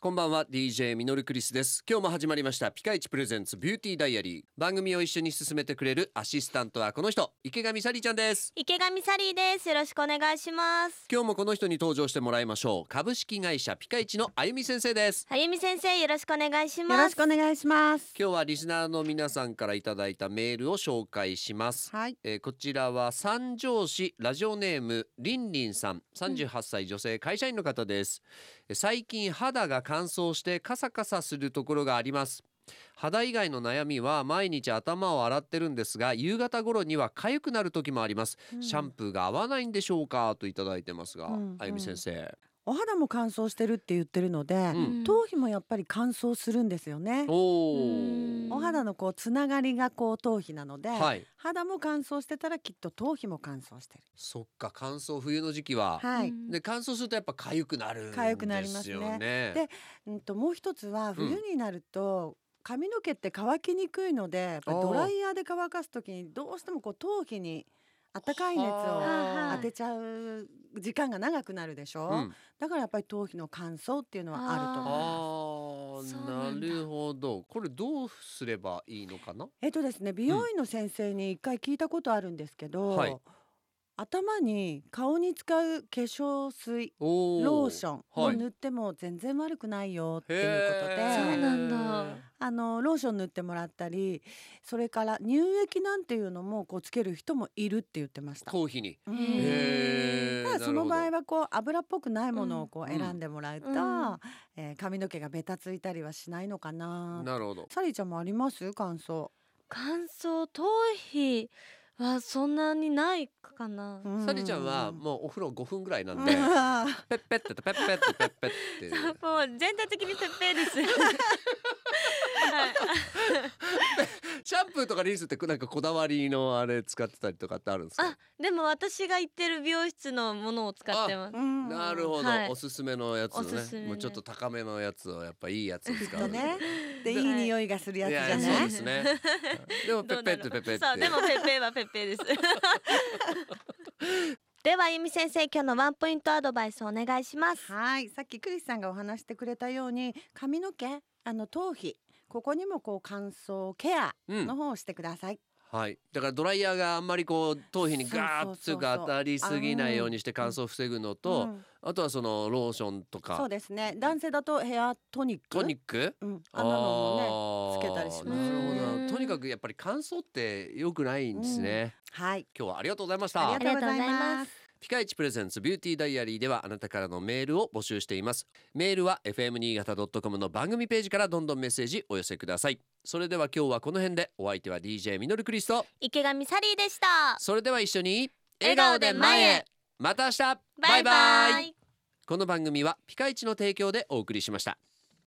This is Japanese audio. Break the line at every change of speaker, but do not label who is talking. こんばんは DJ ミノルクリスです今日も始まりましたピカイチプレゼンツビューティーダイアリー番組を一緒に進めてくれるアシスタントはこの人池上サリーちゃんです
池上サリーですよろしくお願いします
今日もこの人に登場してもらいましょう株式会社ピカイチのあゆみ先生です
あゆみ先生よろしくお願いし
よろ
ま
し
す
くお願いします。
今日はリスナーの皆さんからいただいたメールを紹介します、
はい。
えーこちらは三条市ラジオネームりんりんさん38歳女性会社員の方です、えー最近肌が乾燥してカサカサするところがあります肌以外の悩みは毎日頭を洗ってるんですが夕方頃には痒くなる時もあります、シャンプーが合わないんでしょうかといただいてますが、
うん
あゆみ先生、
お肌も乾燥してるって言ってるので、
うん
頭皮もやっぱり乾燥するんですよね
お。
うん
お
お肌のこうつながりがこう頭皮なので、
はい
肌も乾燥してたらきっと頭皮も乾燥してる。
そっか乾燥冬の時期は、
は
う
い。
ん
で乾燥するとやっぱ痒くなるん
痒くなり
で
ますすね
よね。
でうんともう一つは冬になると。髪の毛って乾きにくいのでやっぱり
おー
ドライヤーで乾かすときにどうしてもこう頭皮に暖かい熱を
はあ
当てちゃう時間が長くなるでしょ、
うん
だからやっぱり頭皮の乾燥っていうのはあると思います
あ
そ
あ
うな
なん
だ
るほどこれどうすればいいのかな
えっとですね美容院の先生に一回聞いたことあるんですけど、
はい
頭に顔に使う化粧水
お
ローションを
はい
塗っても全然悪くないよって
へ
いうことで、
え
そうなんだ
あのローション塗ってもらったりそれから乳液なんていうのもこうつける人もいるって言ってました。
頭皮に
うん
へえ
ただその場合はこう油っぽくないものをこう
うん
選んでもらうと、
うん
えー髪の毛がベタついたりはしないのかな。
なるほど
サリーちゃんもあります乾燥。
乾燥頭皮はそんなにないかな、
う
サリちゃんは
う
もうお風呂5分ぐらいなんで
あー
ペッペッてペッペッてペッペッて
もう全体的にペッペですはい
シャンプーとかリンスってなんかこだわりのあれ使ってたりとかってあるんですか
あでも私が行ってる美容室のものを使ってます
うん
なるほど、
はい
おすすめのやつを
おすすめ
ね
ね
もうちょっと高めのやつをやっぱいいやつを
きっ
使
と
う
ね。でい
はい
い匂いがするやつじゃ
い
な
や
い。
そうですねでもペ
ど
ッ
う
ペ
な
ッてペッ
の
ペッて
そうでもペッペはペッペです ではあゆみ先生今日のワンポイントアドバイスお願いします
はい、さっきクリスさんがお話してくれたように髪の毛、あの頭皮、ここにもこう乾燥ケア
うん
の方をしてください。
はい、だからドライヤーがあんまりこう頭皮にガーッ
そうそ
と
うそうそう
当たりすぎないようにして
あうん
乾燥を防ぐの
う
と
ん
あとはそのローションと
そう
か
ですね。男性だとヘアトニック、
トニック
うん、あんなのも
も
ね。つけたりします
なるほど
うん
なとにかくやっぱり乾燥って良くないんですね、
はい、
今日はありがとうございまし
あ
た
りがとうござい
ありがとうござい
ま。
ます
ピカイチプレゼンツビューティーダイアリーではあなたからのメールを募集していますメールは fm 新潟 .com の番組ページからどんどんメッセージお寄せくださいそれでは今日はこの辺でお相手は DJ ミノルクリスト
池上サリーでした
それでは一緒に
笑顔で前へ
また明日
バイバイ
この番組はピカイチの提供でお送りしました